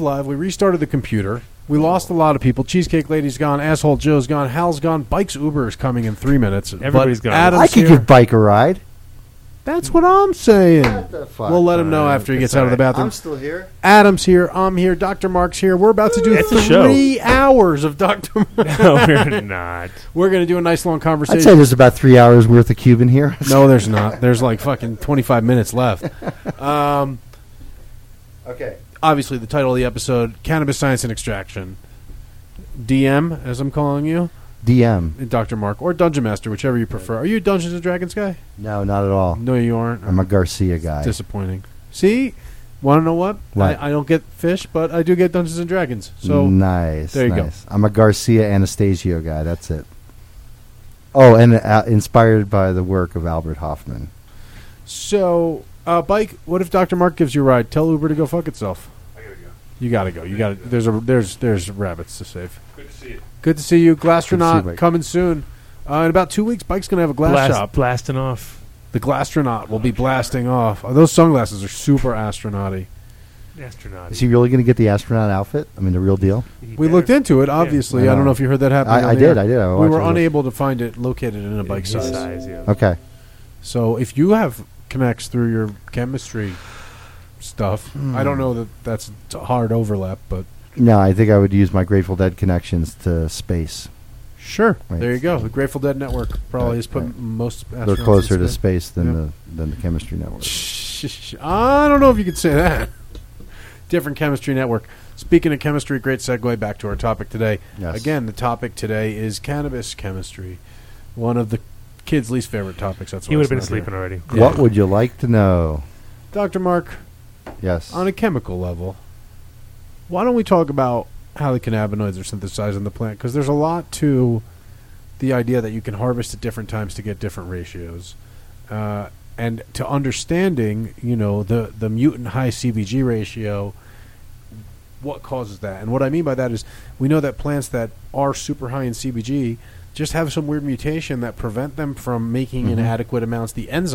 live. We restarted the computer. We lost a lot of people. Cheesecake Lady's gone. Asshole Joe's gone. Hal's gone. Bike's Uber is coming in three minutes. Everybody's but gone. Adam's I could here. give Bike a ride. That's what I'm saying. the fuck? We'll let him know after he Uh, it's gets out of the all right. bathroom. still here. Adam's here. I'm here. Dr. Mark's here. We're about to do It's a show. three hours of Dr. Mark. No, we're not. We're going to do a nice long I'd say conversation. there's about three hours worth of Cuban here. No, there's not. There's like fucking 25 minutes left. Um, Okay. obviously, the title of the episode Cannabis Science and Extraction. DM, as I'm calling you. DM. Dr. Mark or Dungeon Master, whichever you prefer. Are you a Dungeons and Dragons guy? No, not at all. No, you aren't. I'm a Garcia guy. Disappointing. See, want to know what? What? I, I don't get fish, but I do get Dungeons and Dragons. So nice. there you go. nice. I'm a Garcia Anastasio guy. That's it. Oh, and uh, inspired by the work of Albert Hoffman. so uh, bike. What if Dr. Mark gives you a ride? Tell Uber to go fuck itself. I gotta go. You gotta go. You got to There's a there's there's rabbits to save. Good to see you. Good to see you, Glastronaut. Good to see you, Mike. coming soon. Uh, in about two weeks, Bike's gonna have a glass Blast, shop. Blasting off. The Glastronaut will be blasting off. Oh, those sunglasses are super astronauty. Astronaut. Is he really going to get the astronaut outfit? I mean, the real deal? We looked into it, obviously. I I don't know. know if you heard that happen. I- on I the did, air. I did. I we watched were it. unable to find it located in a bike size. yeah. Okay. So if you have connects through your chemistry stuff, I Hmm. don't know that that's a hard overlap, but No, I think I would use my Grateful Dead connections to space. sure. Right. There you go. The Grateful Dead network probably has put Right. most. They're astronauts closer in to space. space than Yeah. the than the chemistry network. Shh, I don't know if you could say that. Different chemistry network. Speaking of chemistry, great segue back to our topic today. Yes. Again, the topic today is cannabis chemistry, one of the kids' least favorite topics. That's why He would have it's been not here. sleeping already. Yeah. What would you like to know? Dr. Mark, Yes. on a chemical level, why don't we talk about how the cannabinoids are synthesized in the plant? Because there's a lot to the idea that you can harvest at different times to get different ratios. Uh, and to understanding, you know, the, the mutant high CBG ratio, what causes that? And what I mean by that is we know that plants that are super high in CBG just have some weird mutation that prevent them from making Mhm. inadequate amounts the enzyme